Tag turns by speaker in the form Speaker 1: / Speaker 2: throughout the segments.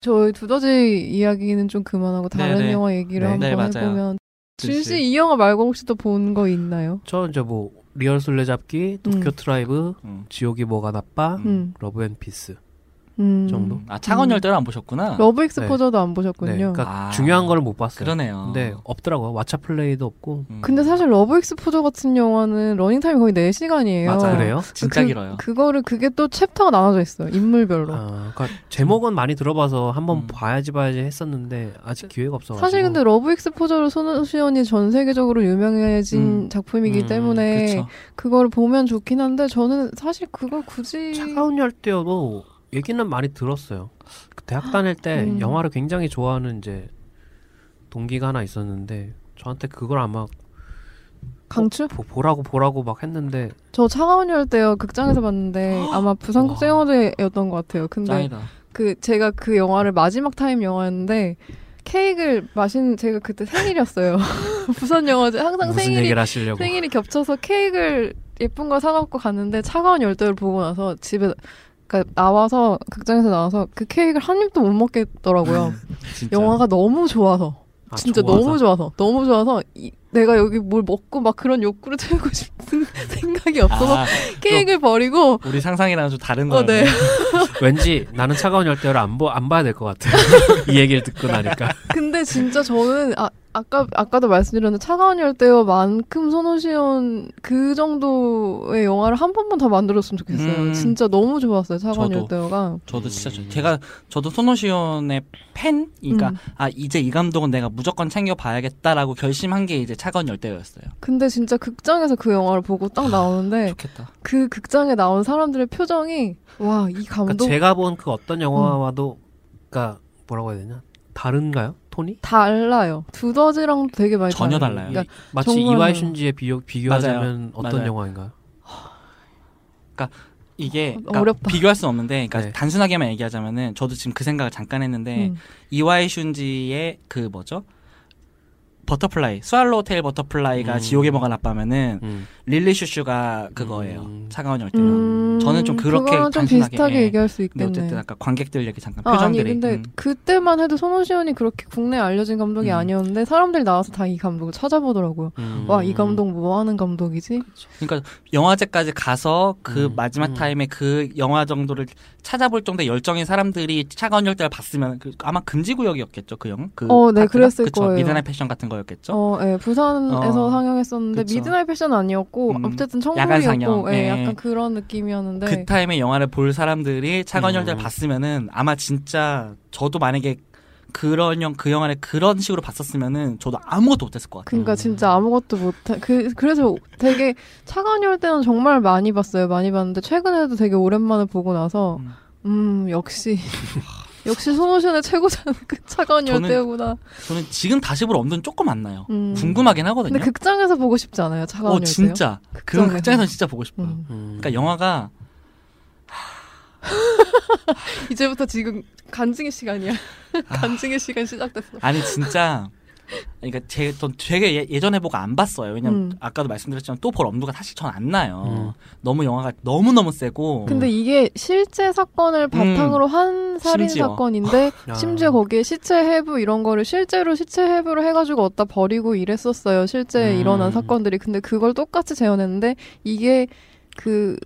Speaker 1: 저희 두더지 이야기는 좀 그만하고 다른
Speaker 2: 네네.
Speaker 1: 영화 얘기를
Speaker 3: 네.
Speaker 2: 네,
Speaker 1: 한번
Speaker 2: 맞아요.
Speaker 1: 해보면 준
Speaker 2: 씨.
Speaker 1: 씨 이 영화 말고 혹시 또 본 거 있나요?
Speaker 3: 저 이제 뭐 리얼 술래잡기, 도쿄
Speaker 1: 음.
Speaker 3: 트라이브,
Speaker 2: 음.
Speaker 3: 지옥이 뭐가 나빠,
Speaker 1: 음.
Speaker 3: 러브 앤 피스.
Speaker 1: 음.
Speaker 3: 정도?
Speaker 2: 아 창원
Speaker 1: 음.
Speaker 2: 열대를 안 보셨구나.
Speaker 1: 러브 익스포저도 안 보셨군요.
Speaker 3: 네, 그러니까
Speaker 2: 아.
Speaker 3: 중요한 걸 못 봤어요.
Speaker 2: 그러네요. 아.
Speaker 3: 근데 없더라고요. 왓챠 플레이도 없고.
Speaker 2: 음.
Speaker 1: 근데 사실 러브 익스포저 같은 영화는 러닝 타임이 거의 4시간이에요.
Speaker 2: 맞아요.
Speaker 3: 그래요?
Speaker 2: 진짜
Speaker 1: 그-
Speaker 2: 길어요.
Speaker 1: 그거를 그게 또 챕터가 나눠져 있어요. 인물별로.
Speaker 3: 아, 그러니까 제목은 많이 들어봐서 한번
Speaker 2: 음.
Speaker 3: 봐야지 봐야지 했었는데 아직 기회가 없어가지고.
Speaker 1: 사실 근데 러브 익스포저로 손수연이 전 세계적으로 유명해진
Speaker 3: 음.
Speaker 1: 작품이기
Speaker 3: 음,
Speaker 1: 때문에
Speaker 2: 그쵸.
Speaker 1: 그걸 보면 좋긴 한데 저는 사실 그걸 굳이
Speaker 3: 차가운 열대여도 얘기는 많이 들었어요. 그 대학 다닐 때
Speaker 1: 음.
Speaker 3: 영화를 굉장히 좋아하는 이제 동기가 하나 있었는데 저한테 그걸 아마
Speaker 1: 강추?
Speaker 3: 보, 보라고 보라고 막 했는데
Speaker 1: 저 차가운 열대요 극장에서 봤는데 아마 부산국제영화제였던 것 같아요. 근데
Speaker 2: 짱이다.
Speaker 1: 그 제가 그 영화를 마지막 타임 영화였는데 케이크를 마신 제가 그때 생일이었어요. 부산 영화제 항상
Speaker 3: 무슨
Speaker 1: 생일이
Speaker 3: 얘기를 하시려고
Speaker 1: 생일이 겹쳐서 케이크를 예쁜 걸 사갖고 갔는데 차가운 열대를 보고 나서 집에 그러니까 나와서 극장에서 나와서 그 케이크를 한 입도 못 먹겠더라고요.
Speaker 2: 진짜.
Speaker 1: 영화가 너무 좋아서
Speaker 3: 아,
Speaker 1: 진짜
Speaker 3: 좋아서.
Speaker 1: 너무 좋아서 너무 좋아서 이- 내가 여기 뭘 먹고 막 그런 욕구를 채우고 싶은 생각이 없어서
Speaker 2: 아,
Speaker 1: 케이크를 버리고
Speaker 2: 우리 상상이랑 좀 다른
Speaker 1: 어,
Speaker 2: 거네.
Speaker 1: 네.
Speaker 3: 왠지 나는 차가운 열대를 안, 보, 안 봐야 될 것 같아. 이 얘기를 듣고
Speaker 1: 아,
Speaker 3: 나니까.
Speaker 1: 근데 진짜 저는 아 아까 아까도 말씀드렸는데 차가운 열대어만큼 손오시온 그 정도의 영화를 한 번만 더 만들었으면 좋겠어요.
Speaker 2: 음.
Speaker 1: 진짜 너무 좋았어요. 차가운
Speaker 2: 저도.
Speaker 1: 열대어가.
Speaker 2: 저도 진짜 좋- 제가 저도 손오시온의 팬이니까
Speaker 1: 음.
Speaker 2: 아 이제 이 감독은 내가 무조건 챙겨봐야겠다라고 결심한 게 이제 차가운 열대였어요.
Speaker 1: 근데 진짜 극장에서 그 영화를 보고
Speaker 2: 아,
Speaker 1: 딱 나오는데
Speaker 2: 좋겠다.
Speaker 1: 그 극장에 나온 사람들의 표정이 와 이
Speaker 3: 그러니까
Speaker 1: 감독 음.
Speaker 3: 제가 본 그 어떤 영화와도 그러니까 뭐라고 해야 되냐? 다른가요? 톤이?
Speaker 1: 달라요. 두더지랑 되게 많이
Speaker 2: 전혀
Speaker 1: 달라요.
Speaker 2: 달라요.
Speaker 1: 그러니까
Speaker 3: 마치
Speaker 1: 정말-
Speaker 3: 이와이 슌지에 비교, 비교하자면
Speaker 2: 맞아요.
Speaker 3: 어떤
Speaker 2: 맞아요.
Speaker 3: 영화인가요?
Speaker 2: 이게 그러니까
Speaker 1: 어렵다.
Speaker 2: 비교할 수는 없는데, 그러니까
Speaker 3: 네.
Speaker 2: 단순하게만 얘기하자면은 저도 지금 그 생각을 잠깐 했는데
Speaker 1: 음.
Speaker 2: 이와이 슌지의 그 뭐죠? 버터플라이, 스왈로우 테일 버터플라이가
Speaker 3: 음.
Speaker 2: 지옥의 뭐가 나빠면은
Speaker 3: 음.
Speaker 2: 릴리 슈슈가 그거예요.
Speaker 3: 음.
Speaker 2: 차가운 열대.
Speaker 1: 음,
Speaker 2: 저는 좀 그렇게
Speaker 1: 그거랑 좀
Speaker 2: 단순하게,
Speaker 1: 비슷하게
Speaker 2: 예.
Speaker 1: 얘기할 수 있겠네.
Speaker 2: 근데 어쨌든 아까 관객들 얘기 잠깐
Speaker 1: 아, 아니
Speaker 2: 표정들이
Speaker 1: 근데
Speaker 2: 음.
Speaker 1: 그때만 해도 손오시온이 그렇게 국내에 알려진 감독이
Speaker 2: 음.
Speaker 1: 아니었는데 사람들이 나와서 다 이 감독을 찾아보더라고요.
Speaker 3: 음.
Speaker 1: 와 이 감독 뭐 하는 감독이지?
Speaker 2: 그러니까 영화제까지 가서 그
Speaker 3: 음,
Speaker 2: 마지막
Speaker 3: 음.
Speaker 2: 타임에 그 영화 정도를 찾아볼 정도의 열정인 사람들이 차가운 열대를 봤으면 그 아마 금지 구역이었겠죠 그 영? 그
Speaker 1: 어, 네,
Speaker 2: 파트가?
Speaker 1: 그랬을
Speaker 2: 그쵸?
Speaker 1: 거예요.
Speaker 2: 미드나잇 패션 같은 거였겠죠.
Speaker 1: 어, 예, 부산에서
Speaker 2: 어,
Speaker 1: 상영했었는데
Speaker 2: 그쵸.
Speaker 1: 미드나잇 패션 아니었고
Speaker 2: 음,
Speaker 1: 어쨌든
Speaker 2: 야간 상영,
Speaker 1: 청국이었고 예,
Speaker 2: 예.
Speaker 1: 약간 그런 느낌이었는데
Speaker 2: 그 타임에 영화를 볼 사람들이 차가운
Speaker 3: 음.
Speaker 2: 열대를 봤으면은 아마 진짜 저도 만약에 그런 영 그 영화를 그런 식으로 봤었으면은 저도 아무것도 못했을 것 같아요.
Speaker 1: 그러니까
Speaker 3: 음.
Speaker 1: 진짜 아무것도 못해. 그 그래서 되게 차가운 열대는 정말 많이 봤어요. 많이 봤는데 최근에도 되게 오랜만에 보고 나서
Speaker 2: 음.
Speaker 1: 음 역시 역시 손오션의 최고자는 그 차가운
Speaker 2: 저는-
Speaker 1: 열대구나.
Speaker 2: 저는 지금 다시 볼 엄두는 조금 안 나요.
Speaker 1: 음.
Speaker 2: 궁금하긴 하거든요.
Speaker 1: 근데 극장에서 보고 싶지 않아요. 차가운
Speaker 2: 어
Speaker 1: 열대요.
Speaker 2: 진짜 그런
Speaker 1: 극장에서.
Speaker 2: 극장에서 진짜 보고 싶어요.
Speaker 1: 음.
Speaker 3: 음.
Speaker 2: 그러니까 영화가
Speaker 1: 이제부터 지금 간증의 시간이야.
Speaker 2: 아.
Speaker 1: 간증의 시간 시작됐어.
Speaker 2: 아니 진짜 그러니까 제, 전 되게 예, 예전에 보고 안 봤어요. 왜냐면
Speaker 1: 음.
Speaker 2: 아까도 말씀드렸지만 또 볼 엄두가 사실 전 안 나요.
Speaker 3: 음.
Speaker 2: 너무 영화가 너무 너무 세고
Speaker 1: 근데 이게 실제 사건을 바탕으로 한 살인
Speaker 2: 음. 심지어.
Speaker 1: 사건인데
Speaker 3: 아.
Speaker 1: 심지어 거기에 시체 해부 이런 거를 실제로 시체 해부를 해가지고 얻다 버리고 이랬었어요. 실제
Speaker 3: 음.
Speaker 1: 일어난 사건들이 근데 그걸 똑같이 재현했는데 이게 그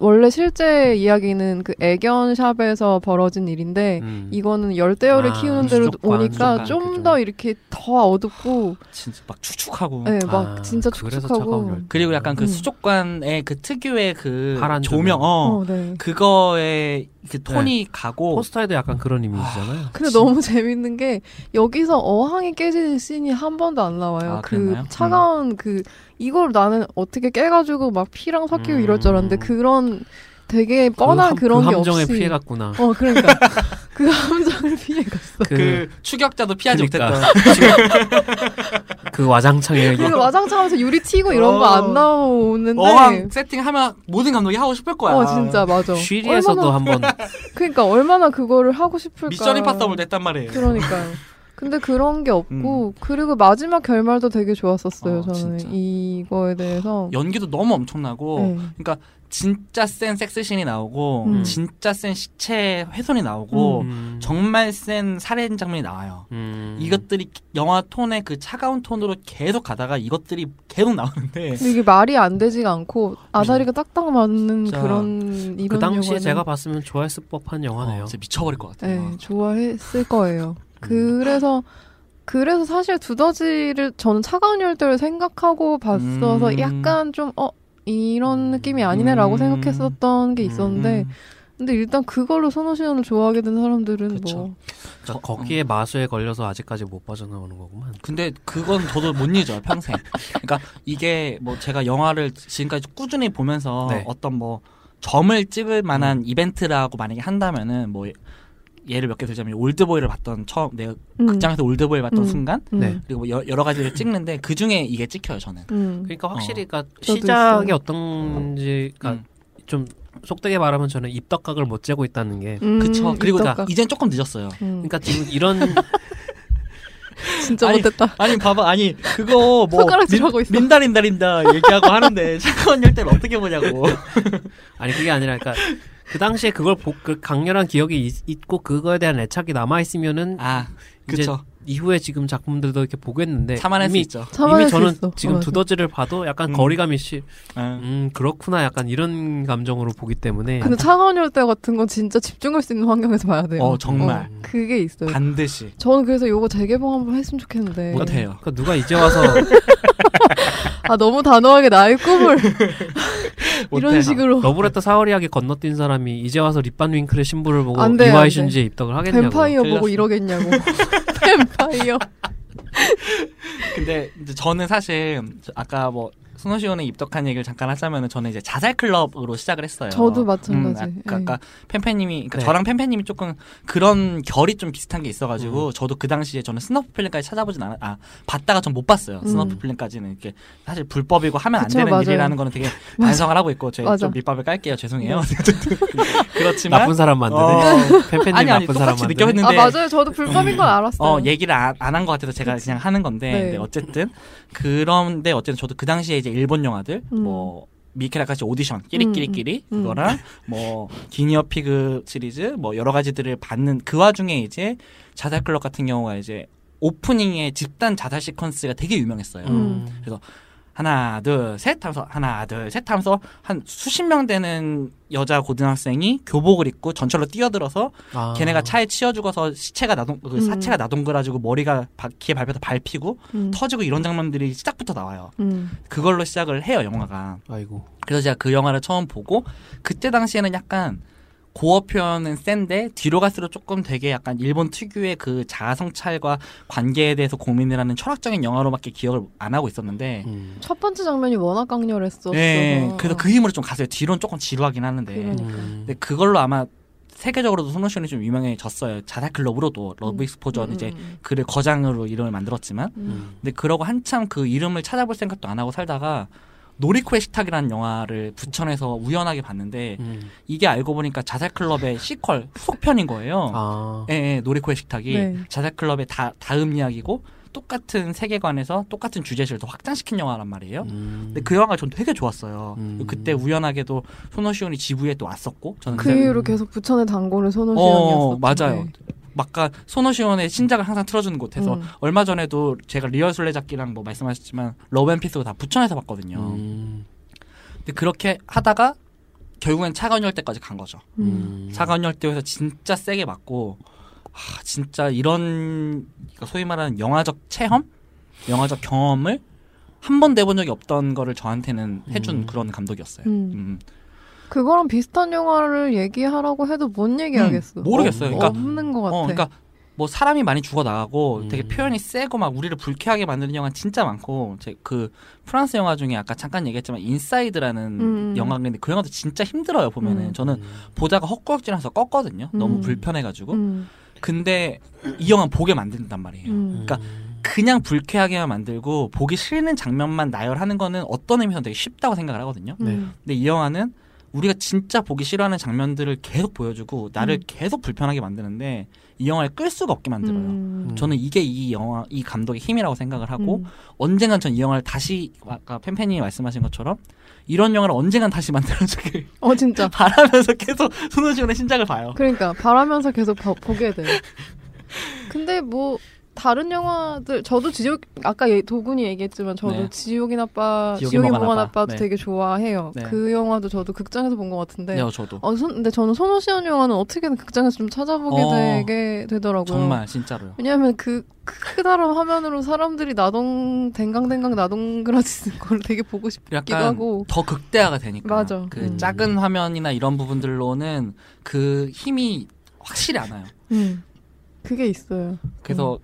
Speaker 1: 원래 실제 이야기는 그 애견샵에서 벌어진 일인데
Speaker 3: 음.
Speaker 1: 네, 이거는 열대어를
Speaker 3: 아,
Speaker 1: 키우는 대로
Speaker 3: 수족관,
Speaker 1: 오니까
Speaker 3: 수족관
Speaker 1: 좀더
Speaker 3: 이렇게 좀.
Speaker 1: 이렇게 더 어둡고
Speaker 2: 진짜 막 축축하고
Speaker 1: 네, 막
Speaker 3: 아,
Speaker 1: 진짜
Speaker 3: 그래서
Speaker 1: 축축하고
Speaker 3: 차가운 열대.
Speaker 2: 그리고 약간 그
Speaker 1: 음.
Speaker 2: 수족관의 그 특유의 그
Speaker 3: 파란
Speaker 2: 조명,
Speaker 3: 조명. 네.
Speaker 2: 어,
Speaker 1: 어, 네.
Speaker 2: 그거의 그 톤이 가고
Speaker 3: 포스터에도 약간 그런 이미지잖아요.
Speaker 1: 근데 너무 재밌는 게 여기서 어항이 깨지는 씬이 한 번도 안 나와요.
Speaker 2: 아,
Speaker 1: 그
Speaker 2: 그랬나요?
Speaker 1: 차가운
Speaker 3: 음.
Speaker 1: 그 이걸 나는 어떻게 깨가지고 막 피랑 섞이고
Speaker 3: 음.
Speaker 1: 이럴 줄 알았는데 그런 되게 뻔한
Speaker 3: 함-
Speaker 1: 그, 런
Speaker 3: 그
Speaker 1: 게
Speaker 3: 함정에
Speaker 1: 없이
Speaker 3: 피해갔구나.
Speaker 1: 어 그러니까 그 함정을 피해갔어.
Speaker 3: 그,
Speaker 2: 그 추격자도 피하지
Speaker 3: 그러니까.
Speaker 2: 못했던
Speaker 3: 그 와장창에
Speaker 1: 그리고 와장창하면서 유리 튀고 이런 거
Speaker 2: 어.
Speaker 1: 안 나오는데
Speaker 2: 어항 세팅하면 모든 감독이 하고 싶을 거야.
Speaker 1: 어 진짜 맞아.
Speaker 3: 쉬리에서도
Speaker 1: 얼마나,
Speaker 3: 한번
Speaker 1: 그러니까 얼마나 그거를 하고 싶을까.
Speaker 2: 미션 임파서블 됐단 말이에요.
Speaker 1: 그러니까요. 근데 그런 게 없고 그리고 마지막 결말도 되게 좋았었어요.
Speaker 2: 어,
Speaker 1: 저는
Speaker 2: 음. 진짜.
Speaker 1: 이거에 대해서
Speaker 2: 연기도 너무 엄청나고
Speaker 1: 네.
Speaker 2: 그러니까 진짜 센 섹스신이 나오고
Speaker 1: 음.
Speaker 2: 진짜 센 시체 훼손이
Speaker 1: 어.
Speaker 2: 나오고
Speaker 3: 음.
Speaker 2: 정말 센 살해 장면이 나와요.
Speaker 3: 음.
Speaker 2: 이것들이 영화 톤의 그 차가운 톤으로 계속 가다가 이것들이 계속 나오는데
Speaker 1: 근데 이게 말이 안 되지가 않고 아다리가 딱딱 맞는
Speaker 2: 음. 진짜
Speaker 1: 그런 이런
Speaker 3: 그 당시에
Speaker 1: 영화는
Speaker 3: 제가 봤으면 좋아했을 법한 영화네요.
Speaker 2: 어, 진짜 미쳐버릴 것 같아요.
Speaker 1: 네, 좋아했을 거예요.
Speaker 2: 음.
Speaker 1: 그래서 그래서 사실 두더지를 저는 차가운 열대를 생각하고 봤어서
Speaker 2: 음.
Speaker 1: 약간 좀 어 이런 느낌이
Speaker 2: 음.
Speaker 1: 아니네라고 생각했었던 게 있었는데
Speaker 2: 음.
Speaker 1: 근데 일단 그걸로 선호시연을 좋아하게 된 사람들은
Speaker 2: 그쵸.
Speaker 1: 뭐
Speaker 3: 그러니까
Speaker 2: 저-
Speaker 3: 거기에 마수에 걸려서 아직까지 못 빠져나오는 거구만.
Speaker 2: 근데 그건 저도 못 잊어요 평생. 그러니까 이게 뭐 제가 영화를 지금까지 꾸준히 보면서
Speaker 3: 네. 음.
Speaker 2: 어떤 뭐 점을 찍을 만한 이벤트라고 만약에 한다면은 뭐 예를 몇 개 들자면 올드보이를 봤던 처음 내가
Speaker 1: 음,
Speaker 2: 극장에서 올드보이를 봤던
Speaker 1: 음.
Speaker 2: 순간
Speaker 1: 음,
Speaker 3: 네.
Speaker 2: 그리고 뭐 여, 여러 가지를 찍는데 그 중에 이게 찍혀요 저는.
Speaker 1: 음.
Speaker 3: 그러니까 확실히 그러니까
Speaker 1: 저도
Speaker 3: 시작이
Speaker 1: 있어요.
Speaker 3: 어떤지
Speaker 2: 음.
Speaker 3: 그러니까 좀 속되게 말하면 저는 입덕각을 못 재고 있다는 게
Speaker 1: 음,
Speaker 2: 그쵸. 그리고 나
Speaker 1: 이따가.
Speaker 2: 이젠 조금 늦었어요.
Speaker 1: 음,
Speaker 3: 그러니까 지금 이런
Speaker 1: 진짜
Speaker 2: 아니,
Speaker 1: 못했다.
Speaker 2: 아니 봐봐 아니 그거 뭐
Speaker 1: 손가락질
Speaker 2: 민-
Speaker 1: 하고 있어.
Speaker 2: 민다 린다 린다 얘기하고 하는데 차가운 열대를 어떻게 보냐고.
Speaker 3: 아니 그게 아니라 그러니까 그 당시에 그걸 보, 그 강렬한 기억이 있, 있고 그거에 대한 애착이 남아 있으면은
Speaker 2: 아 그쵸.
Speaker 3: 이후에 지금 작품들도 이렇게 보겠는데
Speaker 2: 참아낼 수
Speaker 3: 이미
Speaker 2: 있죠.
Speaker 1: 참아낼
Speaker 3: 이미
Speaker 1: 수
Speaker 3: 저는
Speaker 1: 있어.
Speaker 3: 지금
Speaker 1: 맞아.
Speaker 3: 두더지를 봐도 약간
Speaker 2: 음.
Speaker 3: 거리감이 씨,
Speaker 2: 응.
Speaker 3: 음 그렇구나 약간 이런 감정으로 보기 때문에
Speaker 1: 근데 차가운 열대 같은 건 진짜 집중할 수 있는 환경에서 봐야 돼요.
Speaker 2: 어, 정말.
Speaker 1: 그게 있어요.
Speaker 2: 음. 반드시.
Speaker 1: 저는 그래서 요거 재개봉 한번 했으면 좋겠는데.
Speaker 2: 못해요.
Speaker 3: 그러니까 누가 이제 와서
Speaker 1: 아 너무 단호하게 나의 꿈을
Speaker 2: 뭐
Speaker 1: 이런 식으로
Speaker 3: 러브레터 사월이하게 건너뛴 사람이 이제 와서 립반 윙클의 신부를 보고
Speaker 1: 안 돼, 안
Speaker 3: 이와이
Speaker 1: 돼.
Speaker 3: 슌지에 입덕을 하겠냐고
Speaker 1: 뱀파이어 뭐. 보고
Speaker 2: 큰일 났어.
Speaker 1: 이러겠냐고. 뱀파이어. 아,
Speaker 2: 근데 이제 저는 사실 저- 아까 뭐 손호시온의 입덕한 얘기를 잠깐 하자면은 저는 이제 자살 클럽으로 시작을 했어요.
Speaker 1: 저도 마찬가지.
Speaker 2: 음, 아까,
Speaker 1: 예.
Speaker 2: 아까 팬팬님이 그러니까
Speaker 3: 네.
Speaker 2: 저랑 팬팬님이 조금 그런 결이 좀 비슷한 게
Speaker 3: 음.
Speaker 2: 있어가지고 저도 그 당시에 저는 스너프 필름까지 찾아보진 않아 아 봤다가 전 못 봤어요.
Speaker 1: 음.
Speaker 2: 스너프 필름까지는 이렇게 사실 불법이고 하면 안
Speaker 1: 그쵸,
Speaker 2: 되는
Speaker 1: 맞아요.
Speaker 2: 일이라는 거는 되게
Speaker 1: 맞아.
Speaker 2: 반성을 하고 있고 저희
Speaker 1: 맞아. 네.
Speaker 2: 좀 밑밥을 깔게요. 죄송해요. 어쨌든 그렇지만
Speaker 3: 나쁜 사람 만드네
Speaker 2: 어,
Speaker 3: 팬팬님
Speaker 2: 아니, 아니,
Speaker 3: 나쁜 사람
Speaker 2: 똑같이
Speaker 3: 만드네
Speaker 2: 느껴봤는데
Speaker 1: 아 맞아요. 저도 불법인 건 알았어요.
Speaker 2: 어 얘기를 안 한 것 같아서 제가 그냥 하는 건데
Speaker 1: 네.
Speaker 2: 근데 어쨌든 그런데 어쨌든 저도 그 당시에 이제 일본 영화들
Speaker 1: 음.
Speaker 2: 뭐 미케라카시 오디션 끼리끼리끼리
Speaker 1: 음, 음.
Speaker 2: 그거랑 뭐 기니어 피그 시리즈 뭐 여러 가지들을 받는 그 와중에 이제 자살 클럽 같은 경우가 이제 오프닝에 집단 자살 시퀀스가 되게 유명했어요.
Speaker 1: 음.
Speaker 2: 하나 둘셋 하면서 하나 둘셋 하면서 한 수십 명 되는 여자 고등학생이 교복을 입고 전철로 뛰어들어서
Speaker 3: 아.
Speaker 2: 걔네가 차에 치여 죽어서 시체가 나동 그
Speaker 1: 음.
Speaker 2: 사체가 나동그라지고 머리가 바퀴에 밟혀서 밟히고
Speaker 1: 음.
Speaker 2: 터지고 이런 장면들이 시작부터 나와요.
Speaker 1: 음.
Speaker 2: 그걸로 시작을 해요 영화가.
Speaker 3: 아이고
Speaker 2: 그래서 제가 그 영화를 처음 보고 그때 당시에는 약간 고어 표현은 센데 뒤로 갈수록 조금 되게 약간 일본 특유의 그 자아성찰과 관계에 대해서 고민을 하는 철학적인 영화로밖에 기억을 안 하고 있었는데.
Speaker 3: 음.
Speaker 1: 첫 번째 장면이 워낙 강렬했어.
Speaker 2: 네, 그래서 그 힘으로 좀 가세요. 뒤로는 조금 지루하긴 하는데.
Speaker 1: 그러니까.
Speaker 3: 음.
Speaker 2: 근데 그걸로 아마 세계적으로도 손오션이 좀 유명해졌어요. 자살 클럽으로도
Speaker 1: 음.
Speaker 2: 러브 익스포저는 이제 그를 거장으로 이름을 만들었지만
Speaker 3: 음.
Speaker 2: 근데 그러고 한참 그 이름을 찾아볼 생각도 안 하고 살다가 노리코의 식탁이라는 영화를 부천에서 우연하게 봤는데
Speaker 3: 음.
Speaker 2: 이게 알고 보니까 자살 클럽의 시퀄 후속편인 거예요.
Speaker 3: 아
Speaker 2: 예, 예, 노리코의 식탁이
Speaker 1: 네.
Speaker 2: 자살 클럽의 다, 다음 이야기고 똑같은 세계관에서 똑같은 주제를 더 확장시킨 영화란 말이에요.
Speaker 3: 음.
Speaker 2: 근데 그 영화가 전 되게 좋았어요.
Speaker 3: 음.
Speaker 2: 그때 우연하게도 손오시온이 지부에 또 왔었고 저는
Speaker 1: 그
Speaker 3: 음.
Speaker 1: 이후로 계속 부천의 단골은
Speaker 2: 음. 어,
Speaker 1: 손오시연이었어.
Speaker 2: 맞아요. 막가 그 손오시원의 신작을 항상 틀어주는 곳에서
Speaker 1: 음.
Speaker 2: 얼마 전에도 제가 리얼 술래잡기랑 뭐 말씀하셨지만 러브앤피스도 다 부천에서 봤거든요.
Speaker 3: 음.
Speaker 2: 근데 그렇게 하다가 결국엔 차가운 열대까지 간 거죠.
Speaker 3: 음.
Speaker 2: 차가운 열대에서 진짜 세게 맞고 아, 진짜 이런 그러니까 소위 말하는 영화적 체험, 영화적 경험을 한 번도 해본 적이 없던 거를 저한테는 해준
Speaker 3: 음.
Speaker 2: 그런 감독이었어요.
Speaker 1: 음.
Speaker 2: 음.
Speaker 1: 그거랑 비슷한 영화를 얘기하라고 해도 뭔 얘기하겠어.
Speaker 2: 음, 모르겠어요.
Speaker 1: 어,
Speaker 2: 그러니까
Speaker 1: 없는 것 같아.
Speaker 2: 어, 그러니까 뭐 사람이 많이 죽어 나가고
Speaker 3: 음.
Speaker 2: 되게 표현이 세고 막 우리를 불쾌하게 만드는 영화 는 진짜 많고 제 그 프랑스 영화 중에 아까 잠깐 얘기했지만 인사이드라는
Speaker 1: 음.
Speaker 2: 영화인데 그 영화도 진짜 힘들어요 보면은
Speaker 1: 음.
Speaker 2: 저는 보다가 헛구역질해서 껐거든요 너무
Speaker 1: 음.
Speaker 2: 불편해가지고
Speaker 1: 음,
Speaker 2: 근데 이 영화 는 보게 만든단 말이에요
Speaker 1: 음.
Speaker 2: 그러니까 그냥 불쾌하게만 만들고 보기 싫는 장면만 나열하는 거는 어떤 의미에서 되게 쉽다고 생각을 하거든요
Speaker 3: 네.
Speaker 1: 음.
Speaker 2: 근데 이 영화는 우리가 진짜 보기 싫어하는 장면들을 계속 보여주고 나를
Speaker 1: 음.
Speaker 2: 계속 불편하게 만드는데 이 영화를 끌 수가 없게 만들어요.
Speaker 1: 음.
Speaker 2: 저는 이게 이 영화 이 감독의 힘이라고 생각을 하고
Speaker 1: 음.
Speaker 2: 언젠간 전 이 영화를 다시 아까 팬팬이 말씀하신 것처럼 이런 영화를 언젠간 다시 만들어주길
Speaker 1: 어 진짜
Speaker 2: 바라면서 계속 손호준의 신작을 봐요.
Speaker 1: 그러니까 바라면서 계속 봐- 보게 돼. 근데 뭐 다른 영화들 저도 지옥 아까 얘- 도군이 얘기했지만 저도
Speaker 2: 네.
Speaker 1: 지옥인 아빠
Speaker 2: 지옥인
Speaker 1: 지옥인
Speaker 2: 먹은
Speaker 1: 몽환
Speaker 2: 아빠.
Speaker 1: 아빠도
Speaker 2: 네.
Speaker 1: 되게 좋아해요.
Speaker 2: 네.
Speaker 1: 그 영화도 저도 극장에서 본 것 같은데.
Speaker 2: 네, 어, 저도
Speaker 1: 어, 손, 근데 저는 손오시원 영화는 어떻게든 극장에서 좀 찾아보게
Speaker 2: 어.
Speaker 1: 되게 되더라고요.
Speaker 2: 정말 진짜로요.
Speaker 1: 왜냐하면 그 크다란 화면으로 사람들이 나동 댕강댕강 나동그라지는 걸 되게 보고 싶기도
Speaker 2: 약간
Speaker 1: 하고.
Speaker 2: 더 극대화가 되니까
Speaker 1: 맞아.
Speaker 2: 그
Speaker 3: 음.
Speaker 2: 작은 화면이나 이런 부분들로는 그 힘이 확실히 안 와요.
Speaker 1: 음. 그게 있어요.
Speaker 2: 그래서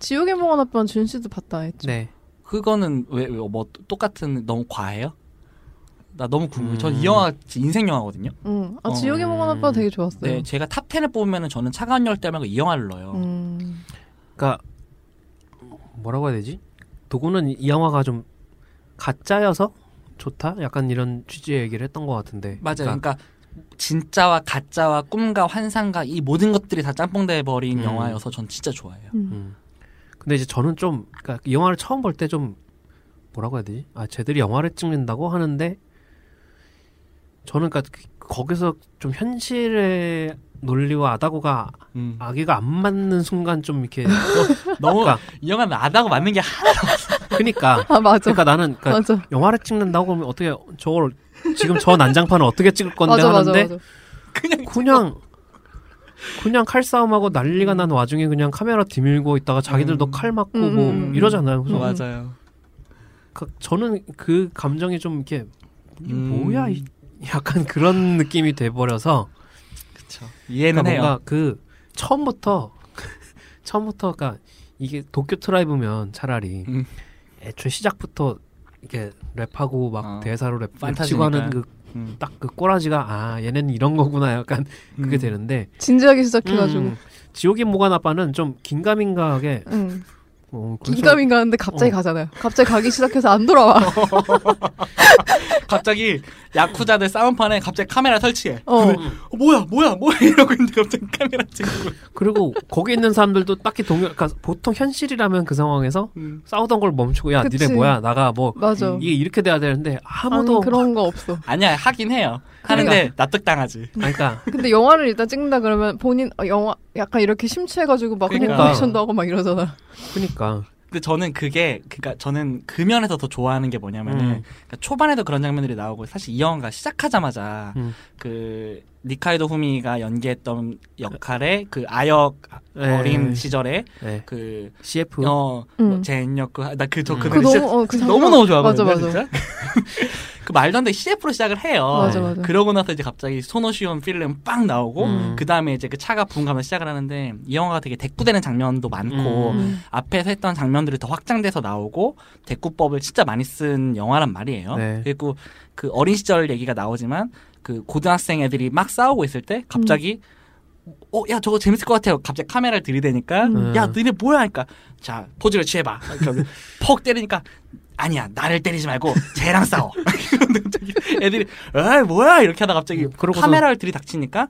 Speaker 1: 지옥의 몽환 아빠는 준 씨도 봤다 했죠.
Speaker 3: 네.
Speaker 2: 그거는 왜 뭐 똑같은 너무 과해요? 나 너무 궁금해. 전
Speaker 3: 음.
Speaker 2: 이 영화 제 인생 영화거든요.
Speaker 1: 응. 아
Speaker 2: 어.
Speaker 1: 지옥의 몽환 아빠 되게 좋았어요.
Speaker 2: 네, 제가 탑 10을 뽑으면은 저는 차가운 열대 말고 이 영화를 넣어요.
Speaker 1: 음.
Speaker 3: 그러니까 뭐라고 해야 되지? 도구는 이 영화가 좀 가짜여서 좋다? 약간 이런 취지의 얘기를 했던 것 같은데.
Speaker 2: 맞아요.
Speaker 3: 그러니까
Speaker 2: 그러니까, 진짜와 가짜와 꿈과 환상과 이 모든 것들이 다 짬뽕돼 버린
Speaker 3: 음.
Speaker 2: 영화여서 전 진짜 좋아해요.
Speaker 3: 음. 근데 이제 저는 좀, 그니까 이 영화를 처음 볼 때 좀, 뭐라고 해야 되지? 아, 쟤들이 영화를 찍는다고 하는데, 저는 그러니까 그니까 거기서 좀 현실의 논리와 아다고가, 아기가 안 맞는 순간 좀 이렇게,
Speaker 2: 너무
Speaker 3: 음. 그러니까,
Speaker 2: 이 영화는 아다고 맞는 게 하나.
Speaker 3: 그니까,
Speaker 1: 아 맞아.
Speaker 3: 그니까 나는, 그니까
Speaker 1: 맞아.
Speaker 3: 영화를 찍는다고 그러면 어떻게, 저걸, 지금 저 난장판을 어떻게 찍을 건데
Speaker 1: 맞아 맞아
Speaker 3: 하는데,
Speaker 1: 맞아.
Speaker 3: 그냥 그냥 칼싸움하고 난리가 난 와중에 그냥 카메라 뒤밀고 있다가 자기들도
Speaker 2: 음.
Speaker 3: 칼 맞고
Speaker 1: 음,
Speaker 3: 뭐
Speaker 1: 음, 음.
Speaker 3: 이러잖아요. 그래서
Speaker 1: 음.
Speaker 2: 맞아요.
Speaker 3: 그- 저는 그 감정이 좀 이렇게 이게
Speaker 2: 음.
Speaker 3: 뭐야 이- 약간 그런 느낌이 돼버려서
Speaker 2: 그렇죠. 이해는
Speaker 3: 그러니까
Speaker 2: 해요.
Speaker 3: 뭔가 그 처음부터 처음부터 그러니까 이게 도쿄 트라이브면 차라리
Speaker 2: 음.
Speaker 3: 애초에 시작부터 이렇게 랩하고 막
Speaker 2: 어.
Speaker 3: 대사로 랩 치고
Speaker 2: 판타지니까.
Speaker 3: 하는 그 딱 그
Speaker 2: 음.
Speaker 3: 꼬라지가 아 얘네는 이런 거구나 약간 그게
Speaker 2: 음.
Speaker 3: 되는데
Speaker 1: 진지하게 시작해가지고.
Speaker 3: 음, 지옥의 모간 아빠는 좀 긴가민가하게
Speaker 1: 응.
Speaker 3: 어, 그래서-
Speaker 1: 긴가민가 하는데 갑자기
Speaker 3: 어.
Speaker 1: 가잖아요. 갑자기 가기 시작해서 안 돌아와.
Speaker 2: 갑자기 야쿠자들 싸움판에 갑자기 카메라 설치해.
Speaker 1: 어.
Speaker 2: 어, 뭐야 뭐야 뭐야 이러고 있는데 갑자기 카메라 찍고.
Speaker 3: 그리고 거기 있는 사람들도 딱히 동요 그러니까 보통 현실이라면 그 상황에서
Speaker 2: 음.
Speaker 3: 싸우던 걸 멈추고 야
Speaker 1: 그치.
Speaker 3: 니네 뭐야 나가 뭐
Speaker 1: 맞아.
Speaker 3: 이게 이렇게 돼야 되는데 아무도
Speaker 1: 아니, 그런 거 없어.
Speaker 2: 아니야 하긴 해요. 하는데 납득당하지.
Speaker 3: 아니, 그러니까
Speaker 1: 근데 영화를 일단 찍는다 그러면 본인 어, 영화 약간 이렇게 심취해가지고 막
Speaker 2: 그러니까.
Speaker 1: 리액션도 하고 막 이러잖아.
Speaker 3: 그러니까
Speaker 2: 근데 저는 그게 그러니까 저는 그 면에서 더 좋아하는 게 뭐냐면은
Speaker 3: 음.
Speaker 2: 그러니까 초반에도 그런 장면들이 나오고 사실 이 영화가 시작하자마자
Speaker 3: 음.
Speaker 2: 그 니카이도 후미가 연기했던 역할의 그 아역
Speaker 3: 예,
Speaker 2: 어린
Speaker 3: 예,
Speaker 2: 시절에
Speaker 3: 예.
Speaker 2: 그
Speaker 3: CF
Speaker 2: 어,
Speaker 1: 음.
Speaker 2: 제인역 그나그저
Speaker 3: 음.
Speaker 2: 그,
Speaker 1: 그
Speaker 2: 그 진짜
Speaker 1: 너무 어, 그 장면-
Speaker 2: 너무 너무 좋아하거든요.
Speaker 1: 맞아 맞아.
Speaker 2: 진짜? 그 말도 안 되게 CF로 시작을 해요. 네.
Speaker 1: 맞아 맞아.
Speaker 2: 그러고 나서 이제 갑자기 소노시온 필름 빵 나오고
Speaker 3: 음.
Speaker 2: 그 다음에 이제 그 차가 붕가면 시작을 하는데 이 영화가 되게 대꾸되는 장면도 많고
Speaker 3: 음.
Speaker 2: 앞에서 했던 장면들이 더 확장돼서 나오고 대꾸법을 진짜 많이 쓴 영화란 말이에요.
Speaker 3: 네.
Speaker 2: 그리고 그 어린 시절 얘기가 나오지만 그 고등학생 애들이 막 싸우고 있을 때 갑자기 어, 야, 저거 재밌을 것 같아요. 갑자기 카메라를 들이대니까,
Speaker 1: 음.
Speaker 2: 야, 너네 뭐야? 하니까, 자, 포즈를 취해봐. 그러니까 퍽 때리니까, 아니야, 나를 때리지 말고, 쟤랑 싸워. 이러는데 갑자기 애들이, 에이, 뭐야? 이렇게 하다 가 갑자기
Speaker 3: 음, 그러고서-
Speaker 2: 카메라를 들이닥치니까,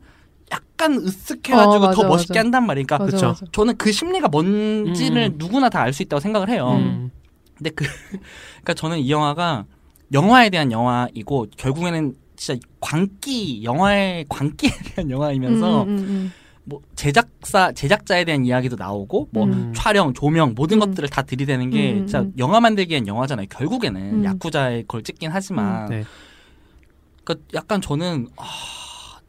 Speaker 2: 약간 으쓱해가지고
Speaker 1: 어, 맞아,
Speaker 2: 더 멋있게
Speaker 1: 맞아.
Speaker 2: 한단 말이니까,
Speaker 1: 맞아,
Speaker 3: 그쵸.
Speaker 1: 맞아.
Speaker 2: 저는 그 심리가 뭔지를
Speaker 3: 음.
Speaker 2: 누구나 다 알 수 있다고 생각을 해요.
Speaker 3: 음.
Speaker 2: 근데 그, 그니까 저는 이 영화가 영화에 대한 영화이고, 결국에는 진짜 광기, 영화의 광기에 대한 영화이면서,
Speaker 1: 음, 음, 음,
Speaker 2: 뭐, 제작사, 제작자에 대한 이야기도 나오고, 뭐,
Speaker 1: 음.
Speaker 2: 촬영, 조명, 모든
Speaker 1: 음.
Speaker 2: 것들을 다 들이대는
Speaker 1: 음,
Speaker 2: 게,
Speaker 1: 음,
Speaker 2: 진짜
Speaker 1: 음.
Speaker 2: 영화 만들기엔 영화잖아요. 결국에는,
Speaker 1: 음.
Speaker 2: 야쿠자의 걸 찍긴 하지만,
Speaker 3: 음. 네.
Speaker 2: 그니까 약간 저는, 아,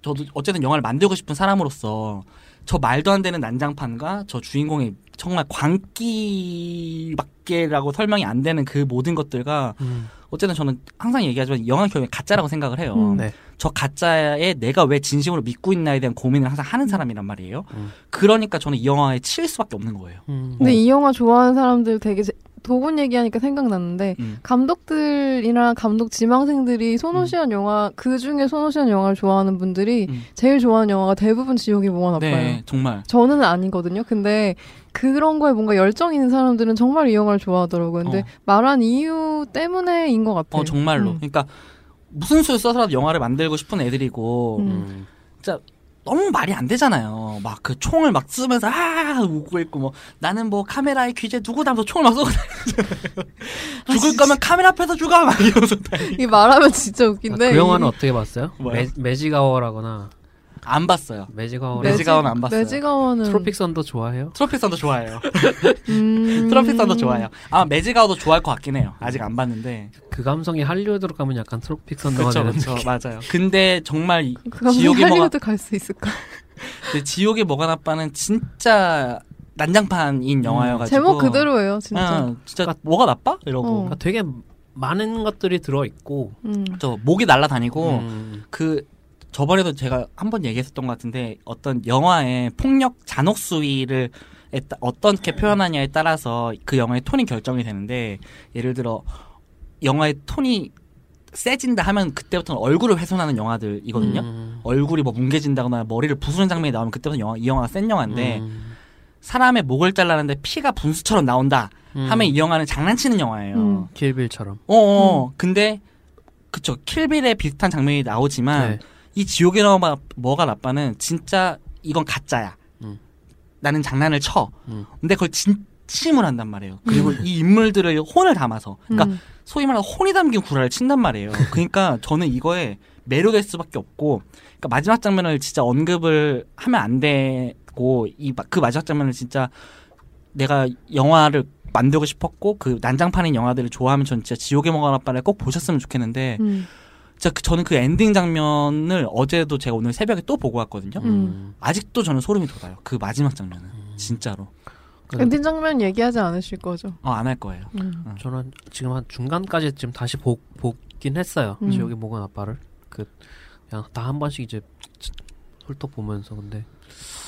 Speaker 2: 저도 어쨌든 영화를 만들고 싶은 사람으로서, 저 말도 안 되는 난장판과 저 주인공의 정말 광기밖에라고 설명이 안 되는 그 모든 것들과
Speaker 3: 음.
Speaker 2: 어쨌든 저는 항상 얘기하지만 영화 결국엔 가짜라고 생각을 해요.
Speaker 1: 음.
Speaker 3: 네.
Speaker 2: 저 가짜에 내가 왜 진심으로 믿고 있나에 대한 고민을 항상 하는 사람이란 말이에요.
Speaker 3: 음.
Speaker 2: 그러니까 저는 이 영화에 치일 수밖에 없는 거예요.
Speaker 3: 음.
Speaker 1: 근데 이 영화 좋아하는 사람들 되게 제- 도군 얘기하니까 생각났는데
Speaker 2: 음.
Speaker 1: 감독들이나 감독 지망생들이 손오시안 영화 그 중에 손오시안 영화를 좋아하는 분들이
Speaker 2: 음.
Speaker 1: 제일 좋아하는 영화가 대부분 지옥의 몽환 아빠예요.
Speaker 2: 네, 정말.
Speaker 1: 저는 아니거든요. 근데 그런 거에 뭔가 열정 있는 사람들은 정말 이 영화를 좋아하더라고요. 근데
Speaker 2: 어.
Speaker 1: 말한 이유 때문에인 것 같아요.
Speaker 2: 어 정말로.
Speaker 1: 음.
Speaker 2: 그러니까 무슨 수를 써서라도 영화를 만들고 싶은 애들이고
Speaker 1: 음.
Speaker 3: 음.
Speaker 2: 너무 말이 안 되잖아요. 막 그 총을 막 쓰면서 아 웃고 있고 뭐 나는 뭐 카메라에 귀재 누구 담아서 총을 막 쏘고 다니잖아요. 죽을 거면 카메라 앞에서 죽어 막 이러면서 다니.
Speaker 1: 이 말하면 진짜
Speaker 3: 아,
Speaker 1: 웃긴데.
Speaker 3: 그 영화는
Speaker 1: 이-
Speaker 3: 어떻게 봤어요?
Speaker 2: 뭐요?
Speaker 3: 매, 직아워라거나
Speaker 2: 안 봤어요.
Speaker 3: 매직아워
Speaker 2: 매직- 매직아워는 안 봤어요.
Speaker 1: 매직아워는
Speaker 3: 트로픽 선더 좋아해요?
Speaker 2: 트로피 선도 좋아해요.
Speaker 1: 음...
Speaker 2: 트로피 선도 좋아해요. 아마 매직아워도 좋아할 것 같긴 해요. 아직 안 봤는데.
Speaker 3: 그 감성이 할리우드로 가면 약간 트로픽 선더가
Speaker 2: 그렇죠,
Speaker 3: 되는
Speaker 2: 그렇죠, 맞아요. 근데 정말 이-
Speaker 1: 그거
Speaker 2: 지옥이 뭐가-
Speaker 1: 할리우드 갈 수 있을까?
Speaker 2: 근데 지옥의 머간 아빠는 진짜 난장판인 영화여가지고
Speaker 1: 제목 그대로예요, 진짜. 그러니까
Speaker 2: 응, 아, 진짜 뭐가 나빠 이러고
Speaker 1: 어.
Speaker 3: 그러니까 되게 많은 것들이 들어 있고
Speaker 1: 음.
Speaker 2: 저 목이 날아다니고
Speaker 3: 음,
Speaker 2: 그 저번에도 제가 한 번 얘기했었던 것 같은데 어떤 영화의 폭력 잔혹 수위를 에 따- 어떻게 표현하냐에 따라서 그 영화의 톤이 결정이 되는데 예를 들어 영화의 톤이 세진다 하면 그때부터는 얼굴을 훼손하는 영화들이거든요.
Speaker 3: 음,
Speaker 2: 얼굴이 뭐 뭉개진다거나 머리를 부수는 장면이 나오면 그때부터 영화, 이 영화가 센 영화인데
Speaker 3: 음,
Speaker 2: 사람의 목을 잘라는데 피가 분수처럼 나온다
Speaker 3: 음.
Speaker 2: 하면 이 영화는 장난치는 영화예요.
Speaker 1: 음.
Speaker 3: 킬빌처럼.
Speaker 2: 어어
Speaker 3: 음.
Speaker 2: 근데 그쵸 킬빌에 비슷한 장면이 나오지만
Speaker 3: 네.
Speaker 2: 이 지옥의 너마 뭐가 나빠는 진짜 이건 가짜야.
Speaker 3: 음.
Speaker 2: 나는 장난을 쳐.
Speaker 3: 음.
Speaker 2: 근데 그걸 진침을 한단 말이에요. 그리고 이 인물들을 혼을 담아서, 그러니까
Speaker 1: 음.
Speaker 2: 소위 말하는 혼이 담긴 구라를 친단 말이에요. 그러니까 저는 이거에 매료될 수밖에 없고, 그러니까 마지막 장면을 진짜 언급을 하면 안 되고 이 그 마지막 장면을 진짜 내가 영화를 만들고 싶었고 그 난장판인 영화들을 좋아하면 전 진짜 지옥의 먹은 아빠를 꼭 보셨으면 좋겠는데
Speaker 1: 음.
Speaker 2: 진짜 그- 저는 그 엔딩 장면을 어제도 제가 오늘 새벽에 또 보고 왔거든요.
Speaker 1: 음.
Speaker 2: 아직도 저는 소름이 돋아요. 그 마지막 장면은 진짜로
Speaker 3: 그래서
Speaker 1: 엔딩 장면 얘기하지 않으실 거죠.
Speaker 2: 어, 안 할 거예요.
Speaker 1: 음.
Speaker 3: 저는 지금 한 중간까지 지금 다시 보, 보긴 했어요.
Speaker 1: 음.
Speaker 3: 지옥의 목은 아빠를 그 그냥 다 한 번씩 이제 훑어 보면서 근데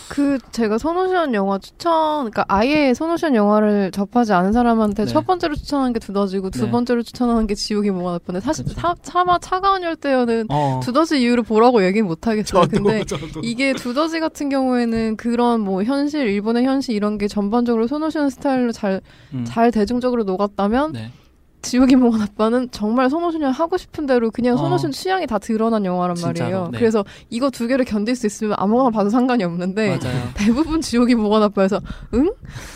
Speaker 1: 그 제가 손오션 영화 추천, 그러니까 아예 손오션 영화를 접하지 않은 사람한테
Speaker 2: 네.
Speaker 1: 첫 번째로 추천하는 게 두더지고 두
Speaker 2: 네. 그렇죠.
Speaker 1: 번째로 추천하는 게 지옥이 뭐가 나쁜데 사실
Speaker 2: 그쵸.
Speaker 1: 차, 차마 차가운 열대어는
Speaker 2: 어.
Speaker 1: 두더지 이유를 보라고 얘기는 못 하겠어요. 근데 이게 두더지 같은 경우에는 그런 뭐 현실 일본의 현실 이런 게 전반적으로 손오션 스타일로 잘 잘
Speaker 2: 음.
Speaker 1: 대중적으로 녹았다면
Speaker 2: 네.
Speaker 1: 지옥이 뭐가 나빠는 정말 손오션이 하고 싶은 대로 그냥
Speaker 2: 어.
Speaker 1: 손오션 취향이 다 드러난 영화란
Speaker 2: 진짜로,
Speaker 1: 말이에요.
Speaker 2: 네.
Speaker 1: 그래서 이거 두 개를 견딜 수 있으면 아무거나 봐도 상관이 없는데
Speaker 2: 맞아요.
Speaker 1: 대부분 지옥이 뭐가 나빠해서 응?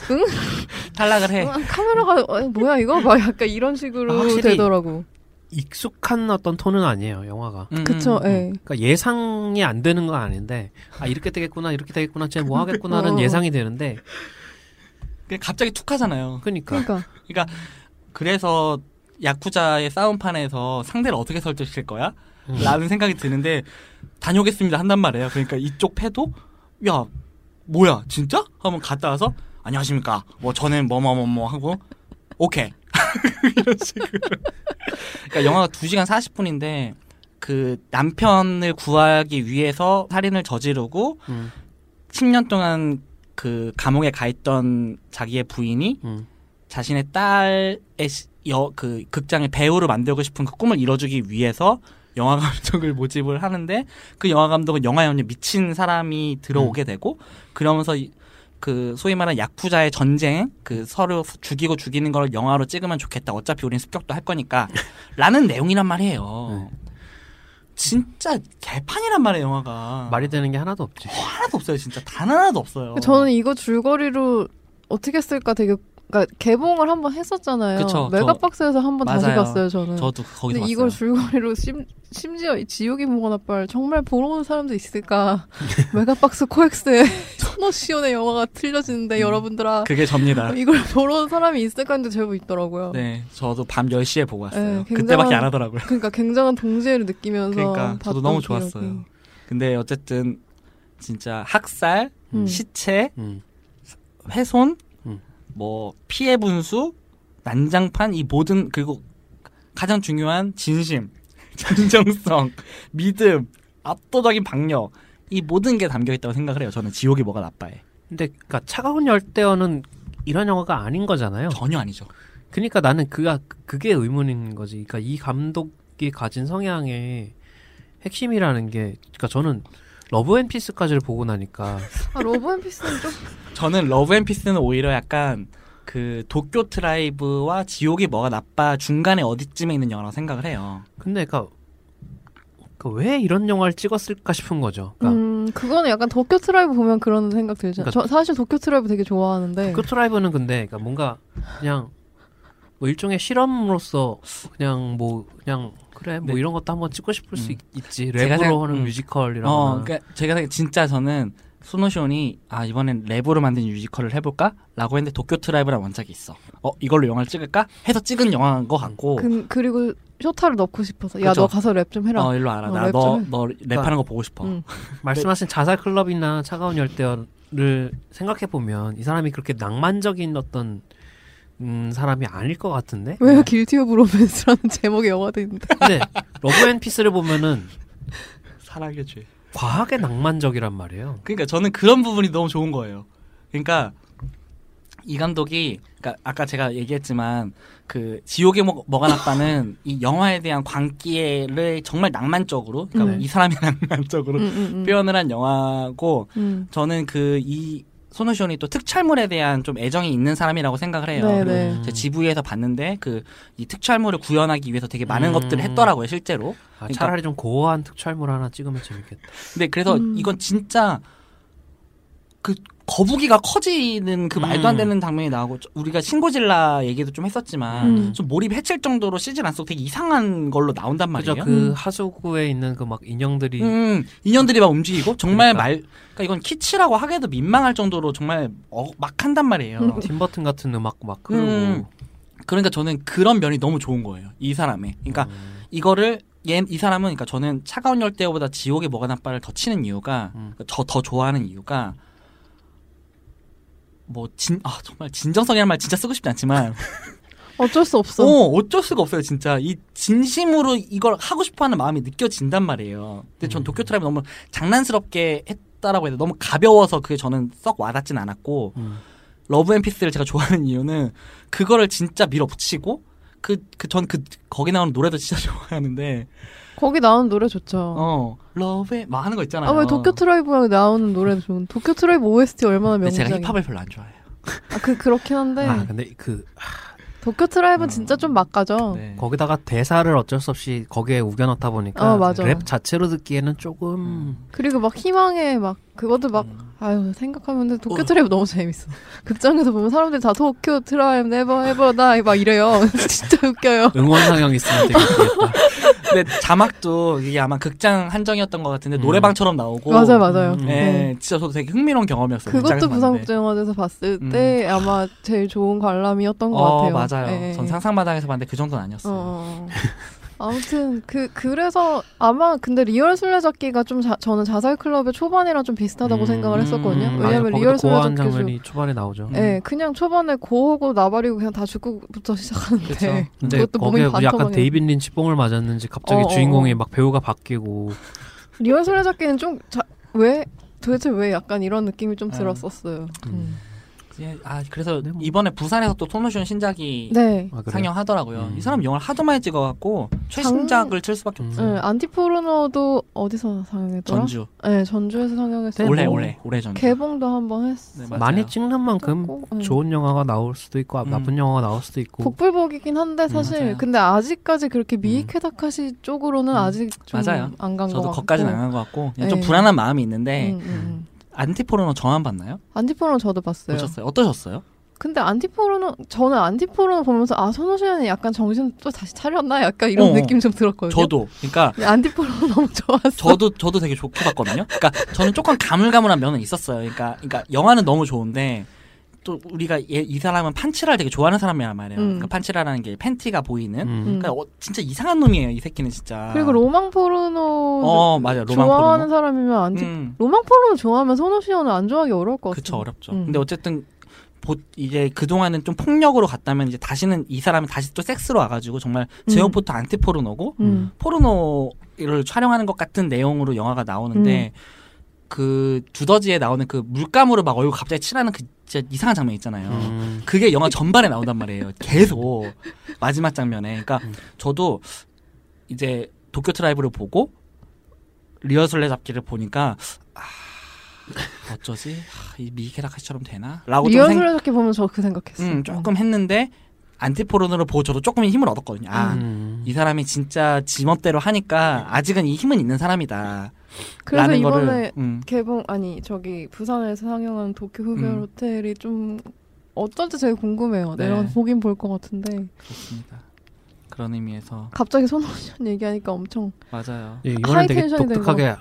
Speaker 2: 탈락을 해.
Speaker 1: 어, 카메라가 어, 뭐야 이거? 막 약간 이런 식으로
Speaker 3: 아, 확실히.
Speaker 1: 되더라고.
Speaker 3: 익숙한 어떤 톤은 아니에요 영화가.
Speaker 2: 음,
Speaker 1: 그쵸?
Speaker 2: 음,
Speaker 1: 예.
Speaker 3: 그러니까 예상이 안 되는 건 아닌데 아 이렇게 되겠구나 이렇게 되겠구나 쟤 뭐 하겠구나는
Speaker 1: 어.
Speaker 3: 예상이 되는데
Speaker 2: 그냥 갑자기 툭 하잖아요.
Speaker 3: 그러니까
Speaker 1: 그러니까
Speaker 2: 그래서 야쿠자의 싸움판에서 상대를 어떻게 설득시킬 거야?
Speaker 3: 음.
Speaker 2: 라는 생각이 드는데 다녀오겠습니다 한단 말이에요. 그러니까 이쪽 패도 야 뭐야 진짜? 하면 갔다 와서 안녕하십니까. 뭐 저는 뭐 뭐 뭐 뭐 하고 오케이 이런 식으로. 그러니까 영화가 2시간 40분인데 그 남편을 구하기 위해서 살인을 저지르고
Speaker 3: 음.
Speaker 2: 10년 동안 그 감옥에 가 있던 자기의 부인이
Speaker 3: 음.
Speaker 2: 자신의 딸의 시- 여, 그 극장의 배우로 만들고 싶은 그 꿈을 이뤄주기 위해서 영화 감독을 모집을 하는데 그 영화 감독은 영화 연예 미친 사람이 들어오게 되고 그러면서 이- 그 소위 말하는 야쿠자의 전쟁 그 서로 죽이고 죽이는 걸 영화로 찍으면 좋겠다 어차피 우린 습격도 할 거니까 라는 내용이란 말이에요 진짜 개판이란 말이에요 영화가
Speaker 3: 말이 되는 게 하나도 없지.
Speaker 2: 하나도 없어요 진짜 단 하나도 없어요
Speaker 1: 저는 이거 줄거리로 어떻게 쓸까 되게 그러니까 개봉을 한번 했었잖아요.
Speaker 2: 그쵸, 저-
Speaker 1: 메가박스에서 한번 다시
Speaker 2: 맞아요.
Speaker 1: 봤어요 저는.
Speaker 2: 저도 거기서
Speaker 1: 근데
Speaker 2: 봤어요
Speaker 1: 이걸 줄거리로 심, 심지어 이 지옥이 뭐가 나빠를 정말 보러 오는 사람도 있을까? 메가박스 코엑스에 천호시온의 영화가
Speaker 2: 음.
Speaker 1: 틀려지는데 여러분들아
Speaker 2: 그게 접니다
Speaker 1: 이걸 보러 온 사람이 있을까 했는데 제법 있더라고요.
Speaker 2: 네, 저도 밤 10시에 보고 왔어요.
Speaker 1: 어. 네, 굉장한-
Speaker 2: 그때밖에 안 하더라고요.
Speaker 1: 그러니까 굉장한 동지애를 느끼면서
Speaker 2: 그러니까
Speaker 1: 봤던
Speaker 2: 저도 너무
Speaker 1: 기억이.
Speaker 2: 좋았어요. 근데 어쨌든 진짜 학살,
Speaker 1: 음.
Speaker 2: 시체,
Speaker 3: 음.
Speaker 2: 훼손,
Speaker 3: 음.
Speaker 2: 뭐 피해 분수, 난장판 이 모든 그리고 가장 중요한 진심, 진정성, 믿음, 압도적인 박력 이 모든 게 담겨 있다고 생각을 해요. 저는 지옥이 뭐가 나빠해.
Speaker 3: 근데 그러니까 차가운 열대어는 이런 영화가 아닌
Speaker 1: 어.
Speaker 3: 거잖아요.
Speaker 2: 전혀 아니죠.
Speaker 3: 그러니까 나는 그가 그게 의문인 거지. 그러니까 이 감독이 가진 성향의 핵심이라는 게 그러니까 저는 러브 앤 피스까지를 보고 나니까
Speaker 1: 아 러브 앤 피스는 좀
Speaker 2: 저는 러브 앤 피스는 오히려 약간 그 도쿄 트라이브와 지옥이 뭐가 나빠 중간에 어디쯤에 있는 영화라고 생각을 해요.
Speaker 3: 근데 그러니까 그왜 이런 영화를 찍었을까 싶은 거죠. 그러니까
Speaker 1: 음, 그거는 약간 도쿄 트라이브 보면 그런 생각 들죠.
Speaker 3: 그러니까-
Speaker 1: 저 사실 도쿄 트라이브 되게 좋아하는데.
Speaker 3: 그 트라이브는 근데 그러니까 뭔가 그냥 뭐 일종의 실험으로서 그냥 뭐 그냥 그래 뭐
Speaker 2: 네.
Speaker 3: 이런 것도 한번 찍고 싶을 수
Speaker 2: 음.
Speaker 3: 있, 지
Speaker 2: 제가
Speaker 3: 랩으로
Speaker 2: 생각-
Speaker 3: 하는
Speaker 2: 음.
Speaker 3: 뮤지컬이라고
Speaker 2: 어, 그러니까 제가 생각- 진짜 저는 소노시온이 아 이번엔 랩으로 만든 뮤지컬을 해볼까라고 했는데 도쿄 트라이브라는 원작이 있어. 어 이걸로 영화를 찍을까 해서 찍은 영화인 것 같고.
Speaker 1: 그, 그리고 쇼타를 넣고 싶어서 야
Speaker 2: 어. 그쵸.
Speaker 1: 너 가서 랩 좀 해라.
Speaker 2: 어 일로 알아.
Speaker 1: 어,
Speaker 2: 나
Speaker 1: 랩
Speaker 2: 너
Speaker 1: 좀 해.
Speaker 2: 너 랩하는 거 보고 싶어.
Speaker 1: 음.
Speaker 2: 네.
Speaker 3: 말씀하신 자살 클럽이나 차가운 열대어를 생각해 보면 이 사람이 그렇게 낭만적인 어떤 음, 사람이 아닐 것 같은데.
Speaker 2: 네.
Speaker 3: 네.
Speaker 1: 왜 길티 오브 로맨스라는 제목의 영화도 있는데
Speaker 3: 근데 러브 앤 피스를 보면은
Speaker 2: 사랑의 죄.
Speaker 3: 과하게 낭만적이란 말이에요.
Speaker 2: 그러니까 저는 그런 부분이 너무 좋은 거예요. 그러니까 이 감독이 그러니까 아까 제가 얘기했지만 그 지옥의 뭐, 뭐가 나빠는 이 영화에 대한 광기를 정말 낭만적으로 그러니까
Speaker 1: 음.
Speaker 2: 이 사람이 낭만적으로
Speaker 1: 음, 음, 음.
Speaker 2: 표현을 한 영화고
Speaker 1: 음.
Speaker 2: 저는 그 이 소노시온이 또 특촬물에 대한 좀 애정이 있는 사람이라고 생각을 해요.
Speaker 1: 네,
Speaker 2: 그리고
Speaker 1: 네.
Speaker 3: 음.
Speaker 2: 제가 지브에서 봤는데 그 이 특촬물을 구현하기 위해서 되게 많은
Speaker 3: 음.
Speaker 2: 것들을 했더라고요, 실제로.
Speaker 3: 아, 차라리 좀 고어한 특촬물 하나 찍으면 재밌겠다.
Speaker 2: 근데 그래서
Speaker 1: 음.
Speaker 2: 이건 진짜 그 거북이가 커지는 그 말도 안
Speaker 3: 음.
Speaker 2: 되는 장면이 나오고 저- 우리가 신고질라 얘기도 좀 했었지만
Speaker 1: 음.
Speaker 2: 좀 몰입해칠 정도로 시즌 안 속 되게 이상한 걸로 나온단
Speaker 3: 그죠?
Speaker 2: 말이에요.
Speaker 3: 그
Speaker 1: 음.
Speaker 3: 하수구에 있는 그 막 인형들이
Speaker 2: 음, 인연들이 막 움직이고 정말
Speaker 3: 그러니까.
Speaker 2: 말 그러니까 이건 키치라고 하기에도 민망할 정도로 정말 어- 막 한단 말이에요.
Speaker 1: 음.
Speaker 3: 팀버튼 같은 음악 막
Speaker 2: 음.
Speaker 3: 흐르고.
Speaker 2: 그러니까 저는 그런 면이 너무 좋은 거예요. 이 사람의. 그러니까
Speaker 3: 음.
Speaker 2: 이거를 얘, 이 사람은 그러니까 저는 차가운 열대어보다 지옥의 뭐가 나빠를 더 치는 이유가 그러니까
Speaker 3: 음.
Speaker 2: 저 더 좋아하는 이유가 뭐 진 아 정말 진정성이라는 말 진짜 쓰고 싶지 않지만
Speaker 1: 어쩔 수 없어.
Speaker 2: 어 어쩔 수가 없어요 진짜 이 진심으로 이걸 하고 싶어하는 마음이 느껴진단 말이에요. 근데 전
Speaker 3: 음.
Speaker 2: 도쿄 트라이브 너무 장난스럽게 했다라고 해야 돼 너무 가벼워서 그게 저는 썩 와닿진 않았고
Speaker 3: 음.
Speaker 2: 러브 앤 피스를 제가 좋아하는 이유는 그거를 진짜 밀어붙이고 그 그 전 그 거기 나오는 노래도 진짜 좋아하는데
Speaker 1: 거기 나오는 노래 좋죠.
Speaker 2: 어 러브에 막 하는 거 있잖아요.
Speaker 1: 아 왜 도쿄 트라이브랑 나오는 노래도 좋은 도쿄 트라이브 OST 얼마나
Speaker 2: 근데 제가
Speaker 1: 명작이에요.
Speaker 2: 힙합을 별로 안 좋아해요.
Speaker 1: 아그 그렇긴
Speaker 2: 네.
Speaker 1: 한데
Speaker 3: 아 근데 그
Speaker 1: 도쿄 트라이브는 진짜 좀 막가죠.
Speaker 2: 음. 네.
Speaker 3: 거기다가 대사를 어쩔 수 없이 거기에 우겨 넣다 보니까
Speaker 2: 어,
Speaker 1: 아, 맞아.
Speaker 3: 랩 자체로 듣기에는
Speaker 2: 음.
Speaker 3: 조금
Speaker 1: 그리고 막 희망에 막 그것도 막 아유 생각하면 근데 도쿄 트라이브 너무 재밌어. 극장에서 보면 사람들이 다 도쿄 트라이브 네버 에버 나막 이래요. 진짜 웃겨요.
Speaker 3: 응원 상영 있으면 되게 좋겠다.
Speaker 2: 근데 자막도 이게 아마 극장 한정이었던 것 같은데
Speaker 3: 음.
Speaker 2: 노래방처럼 나오고.
Speaker 1: 맞아 맞아요.
Speaker 2: 네,
Speaker 3: 음.
Speaker 1: 네.
Speaker 2: 진짜 저도 되게 흥미로운 경험이었어요.
Speaker 1: 그것도
Speaker 2: 극장에서 봤는데.
Speaker 1: 부산국제영화제에서 봤을
Speaker 3: 음.
Speaker 1: 때 아마 제일 좋은 관람이었던 것
Speaker 2: 어,
Speaker 1: 같아요.
Speaker 2: 맞아요.
Speaker 1: 예.
Speaker 2: 전 상상마당에서 봤는데 그 정도는 아니었어요.
Speaker 1: 어. 아무튼 그 그래서 아마 근데 리얼 술래잡기가 좀 자- 저는 자살 클럽의 초반이랑 좀 비슷하다고
Speaker 3: 음,
Speaker 1: 생각을 했었거든요.
Speaker 2: 음,
Speaker 1: 왜냐면
Speaker 3: 맞아,
Speaker 1: 리얼
Speaker 3: 거기도 고어한
Speaker 1: 술래잡기 중
Speaker 3: 장면이 음. 초반에 나오죠.
Speaker 1: 예, 그냥 초반에 고하고 나발이고 그냥 다 죽고부터
Speaker 2: 그렇죠.
Speaker 1: 시작하는데
Speaker 3: 근데
Speaker 1: 그것도 몸이
Speaker 3: 거기에 약간
Speaker 1: 반토막이야.
Speaker 3: 데이빗 린치 뽕을 맞았는지 갑자기
Speaker 1: 어, 어,
Speaker 3: 주인공이
Speaker 1: 어.
Speaker 3: 막 배우가 바뀌고
Speaker 1: 리얼 술래잡기는 좀 왜 도대체 왜 약간 이런 느낌이 좀
Speaker 2: 아.
Speaker 1: 들었었어요. 음.
Speaker 2: 예, 아 그래서
Speaker 3: 네, 뭐.
Speaker 2: 이번에 부산에서 또 손오시온 신작이
Speaker 1: 네.
Speaker 3: 아, 그래요?
Speaker 2: 상영하더라고요.
Speaker 3: 음.
Speaker 2: 이 사람 영화를 하도 많이 찍어갖고 최신작을 칠 수밖에
Speaker 3: 음.
Speaker 2: 없어요.
Speaker 1: 예, 안티포르노도 어디서 상영했더라?
Speaker 2: 전주
Speaker 1: 네, 전주에서 상영했어요.
Speaker 2: 올해
Speaker 1: 뭐
Speaker 2: 올해 올해 전주.
Speaker 1: 개봉도 한번 했어.
Speaker 2: 네, 맞아요.
Speaker 3: 많이 찍는 만큼
Speaker 1: 했고, 예.
Speaker 3: 좋은 영화가 나올 수도 있고 아,
Speaker 2: 음.
Speaker 3: 나쁜 영화가 나올 수도 있고
Speaker 1: 복불복이긴 한데 사실
Speaker 2: 맞아요.
Speaker 1: 근데 아직까지 그렇게 미이케다카시 쪽으로는
Speaker 2: 음.
Speaker 1: 아직
Speaker 2: 맞아요.
Speaker 1: 좀안간 것 같고
Speaker 2: 저도 거기까지는 안 간 것 같고 그냥 좀
Speaker 1: 네.
Speaker 2: 불안한 마음이 있는데
Speaker 1: 음, 음, 음.
Speaker 2: 안티포르노 저만 봤나요?
Speaker 1: 안티포르노 저도 봤어요.
Speaker 2: 보셨어요? 어떠셨어요?
Speaker 1: 근데 안티포르노 저는 안티포르노 보면서 아 손호시현이 약간 정신 또 다시 차렸나 약간 이런
Speaker 2: 어,
Speaker 1: 느낌 좀 들었거든요.
Speaker 2: 저도 그러니까
Speaker 1: 근데 안티포르노 너무 좋았어.
Speaker 2: 저도 저도 되게 좋게 봤거든요. 그러니까 저는 조금 가물가물한 면은 있었어요. 그러니까 그러니까 영화는 너무 좋은데 또 우리가 얘, 이 사람은 판치라를 되게 좋아하는 사람이란 말이에요.
Speaker 1: 음.
Speaker 2: 그러니까 판치라라는 게 팬티가 보이는.
Speaker 3: 음.
Speaker 1: 음.
Speaker 2: 그러니까 어, 진짜 이상한 놈이에요. 이 새끼는 진짜.
Speaker 1: 그리고 로망 포르노
Speaker 2: 어 맞아 요 로망
Speaker 1: 좋아하는
Speaker 2: 포르노.
Speaker 1: 사람이면 안티
Speaker 2: 음,
Speaker 1: 로망 포르노 좋아하면 손호시현은 안 좋아하기 어려울 것 같아요.
Speaker 2: 그쵸 어렵죠.
Speaker 1: 음.
Speaker 2: 근데 어쨌든 보, 이제 그 동안은 좀 폭력으로 갔다면 이제 다시는 이 사람이 다시 또 섹스로 와가지고 정말 제어포트 안티 포르노고
Speaker 1: 음.
Speaker 2: 포르노를 촬영하는 것 같은 내용으로 영화가 나오는데
Speaker 1: 음.
Speaker 2: 그 두더지에 나오는 그 물감으로 막 얼굴 갑자기 칠하는 그 진짜 이상한 장면 있잖아요.
Speaker 3: 음.
Speaker 2: 그게 영화 전반에 나온단 말이에요. 계속 마지막 장면에. 그러니까
Speaker 3: 음.
Speaker 2: 저도 이제 도쿄 트라이브를 보고 리허설레 잡기를 보니까 아 어쩌지 아, 이 미케라카시처럼 되나?라고 좀 아, 생-
Speaker 1: 리허설을 이렇게 보면 저 그 생각했어.
Speaker 2: 음, 조금 했는데 안티포르노를 보고 저도 조금 힘을 얻었거든요. 아
Speaker 3: 음.
Speaker 2: 이 사람이 진짜 지멋대로 하니까 아직은 이 힘은 있는 사람이다.
Speaker 1: 그래서
Speaker 2: 라는
Speaker 1: 이번에
Speaker 2: 거를 음,
Speaker 1: 개봉 아니 저기 부산에서 상영한 도쿄 흡연
Speaker 2: 음.
Speaker 1: 호텔이 좀 어쩐지 되게 궁금해요.
Speaker 2: 네.
Speaker 1: 내려가서 보긴 볼 것 같은데
Speaker 2: 그렇습니다. 그런 의미에서
Speaker 1: 갑자기 손호연 얘기하니까 엄청
Speaker 2: 맞아요.
Speaker 3: 예, 이번엔
Speaker 1: 하이
Speaker 3: 되게
Speaker 1: 텐션이
Speaker 3: 독특하게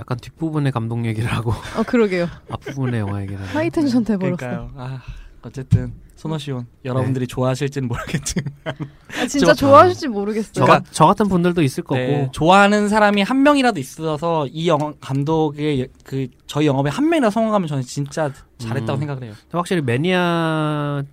Speaker 3: 약간 뒷부분에 감독 얘기를 하고
Speaker 1: 아 그러게요.
Speaker 3: 앞부분에 영화 얘기를 하고
Speaker 1: 하이 텐션 돼버렸어요.
Speaker 2: 그러니까요. 아, 네. 어쨌든 소노시온 여러분들이 좋아하실지는 모르겠지만
Speaker 1: 아, 진짜
Speaker 2: 저-
Speaker 1: 좋아하실지 모르겠어요.
Speaker 3: 저, 가- 저 같은 분들도 있을 거고
Speaker 2: 네, 좋아하는 사람이 한 명이라도 있어서 이 영, 감독의 그 저희 영업에 한 명이라도 성공하면 저는 진짜 잘했다고
Speaker 3: 음.
Speaker 2: 생각을 해요.
Speaker 3: 확실히 매니아층은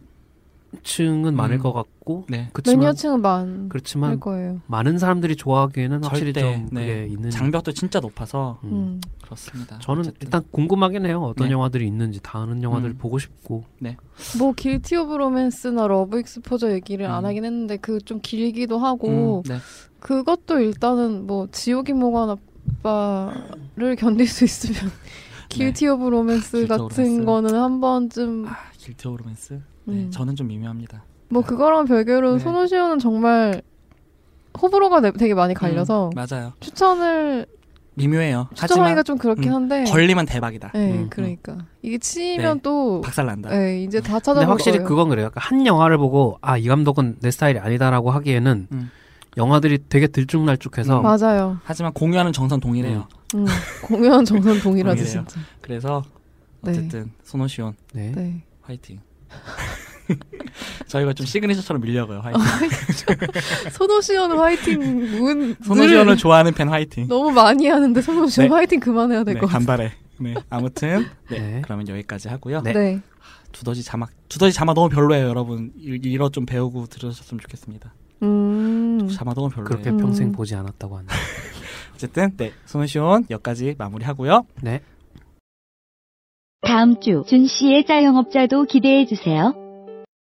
Speaker 3: 많을
Speaker 2: 음.
Speaker 3: 것 같고
Speaker 2: 네.
Speaker 3: 그렇지만
Speaker 1: 매니아층은 많을
Speaker 3: 그렇지만
Speaker 1: 거예요.
Speaker 3: 많은 사람들이 좋아하기에는 확실히
Speaker 2: 절대,
Speaker 3: 좀 그게
Speaker 2: 네.
Speaker 3: 있는
Speaker 2: 장벽도 진짜 높아서
Speaker 3: 음.
Speaker 1: 음.
Speaker 2: 그렇습니다.
Speaker 3: 저는
Speaker 2: 어쨌든.
Speaker 3: 일단 궁금하긴 해요 어떤
Speaker 2: 네.
Speaker 3: 영화들이 있는지 다른 영화들
Speaker 2: 음.
Speaker 3: 보고 싶고
Speaker 1: 뭐 길티 오브 로맨스나 러브 익스포저 얘기를 안
Speaker 2: 음.
Speaker 1: 하긴 했는데 그 좀 길기도 하고
Speaker 2: 음, 네.
Speaker 1: 그것도 일단은 뭐 지옥이 모관 아빠를 견딜 수 있으면 길티
Speaker 2: 네.
Speaker 1: 오브 로맨스
Speaker 2: 길티 오브
Speaker 1: 같은
Speaker 2: 로맨스.
Speaker 1: 거는 한 번쯤
Speaker 2: 아, 길트 오브 로맨스.
Speaker 1: 음.
Speaker 2: 네, 저는 좀 미묘합니다.
Speaker 1: 뭐 그거랑 별개로
Speaker 2: 네.
Speaker 1: 손오시오는 정말 호불호가 내- 되게 많이 갈려서
Speaker 2: 음, 맞아요.
Speaker 1: 추천을
Speaker 2: 미묘해요.
Speaker 1: 추천하기가
Speaker 2: 하지만
Speaker 1: 좀 그렇긴
Speaker 2: 음,
Speaker 1: 한데
Speaker 2: 걸리면 대박이다.
Speaker 1: 네,
Speaker 3: 음, 음.
Speaker 1: 그러니까 이게 치면 또
Speaker 2: 박살난다.
Speaker 1: 네, 이제 다
Speaker 3: 근데
Speaker 1: 찾아볼
Speaker 3: 확실히
Speaker 1: 거예요.
Speaker 3: 그건 그래요 약간 한 영화를 보고 아 이 감독은 내 스타일이 아니다라고 하기에는
Speaker 2: 음.
Speaker 3: 영화들이 되게 들쭉날쭉해서
Speaker 1: 음. 맞아요.
Speaker 2: 하지만 공유하는 정선 동일해요.
Speaker 1: 음, 공연 정선 동일하지
Speaker 2: 동일해요.
Speaker 1: 진짜.
Speaker 2: 그래서
Speaker 1: 네.
Speaker 2: 어쨌든 소노시온
Speaker 3: 네.
Speaker 1: 네.
Speaker 2: 화이팅. 저희가 좀 시그니처처럼 밀려가요. 화이팅.
Speaker 1: 네. 어, 손오시오는 화이팅 문
Speaker 2: 소노시온을
Speaker 1: 늘
Speaker 2: 좋아하는 팬 화이팅.
Speaker 1: 너무 많이 하는데 손오시오
Speaker 2: 네.
Speaker 1: 화이팅 그만해야 될
Speaker 2: 네,
Speaker 1: 것 같아요.
Speaker 2: 간발해. 네, 아무튼 네,
Speaker 3: 네.
Speaker 2: 그러면 여기까지 하고요.
Speaker 3: 네.
Speaker 1: 네.
Speaker 2: 두더지 자막, 두더지 자막 너무 별로예요, 여러분. 이- 이거 좀 배우고 들으셨으면 좋겠습니다.
Speaker 1: 음.
Speaker 2: 자막 너무 별로예요.
Speaker 3: 그렇게
Speaker 1: 음.
Speaker 3: 평생 보지 않았다고 하네요
Speaker 2: 어쨌든 네, 소노시온 여기까지 마무리하고요.
Speaker 3: 네
Speaker 4: 다음 주 준 씨의 자영업자도 기대해 주세요.